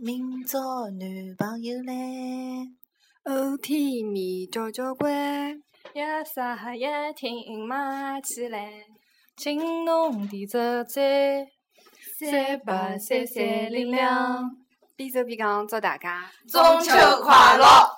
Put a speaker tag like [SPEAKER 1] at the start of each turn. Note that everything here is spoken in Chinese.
[SPEAKER 1] 민족누방유래
[SPEAKER 2] 哦，天米做做乖，
[SPEAKER 3] 一撒哈一听马起来，
[SPEAKER 2] 青龙地走走，
[SPEAKER 3] 三八三三零两，
[SPEAKER 2] 比手比讲祝大家。
[SPEAKER 3] 中秋快乐！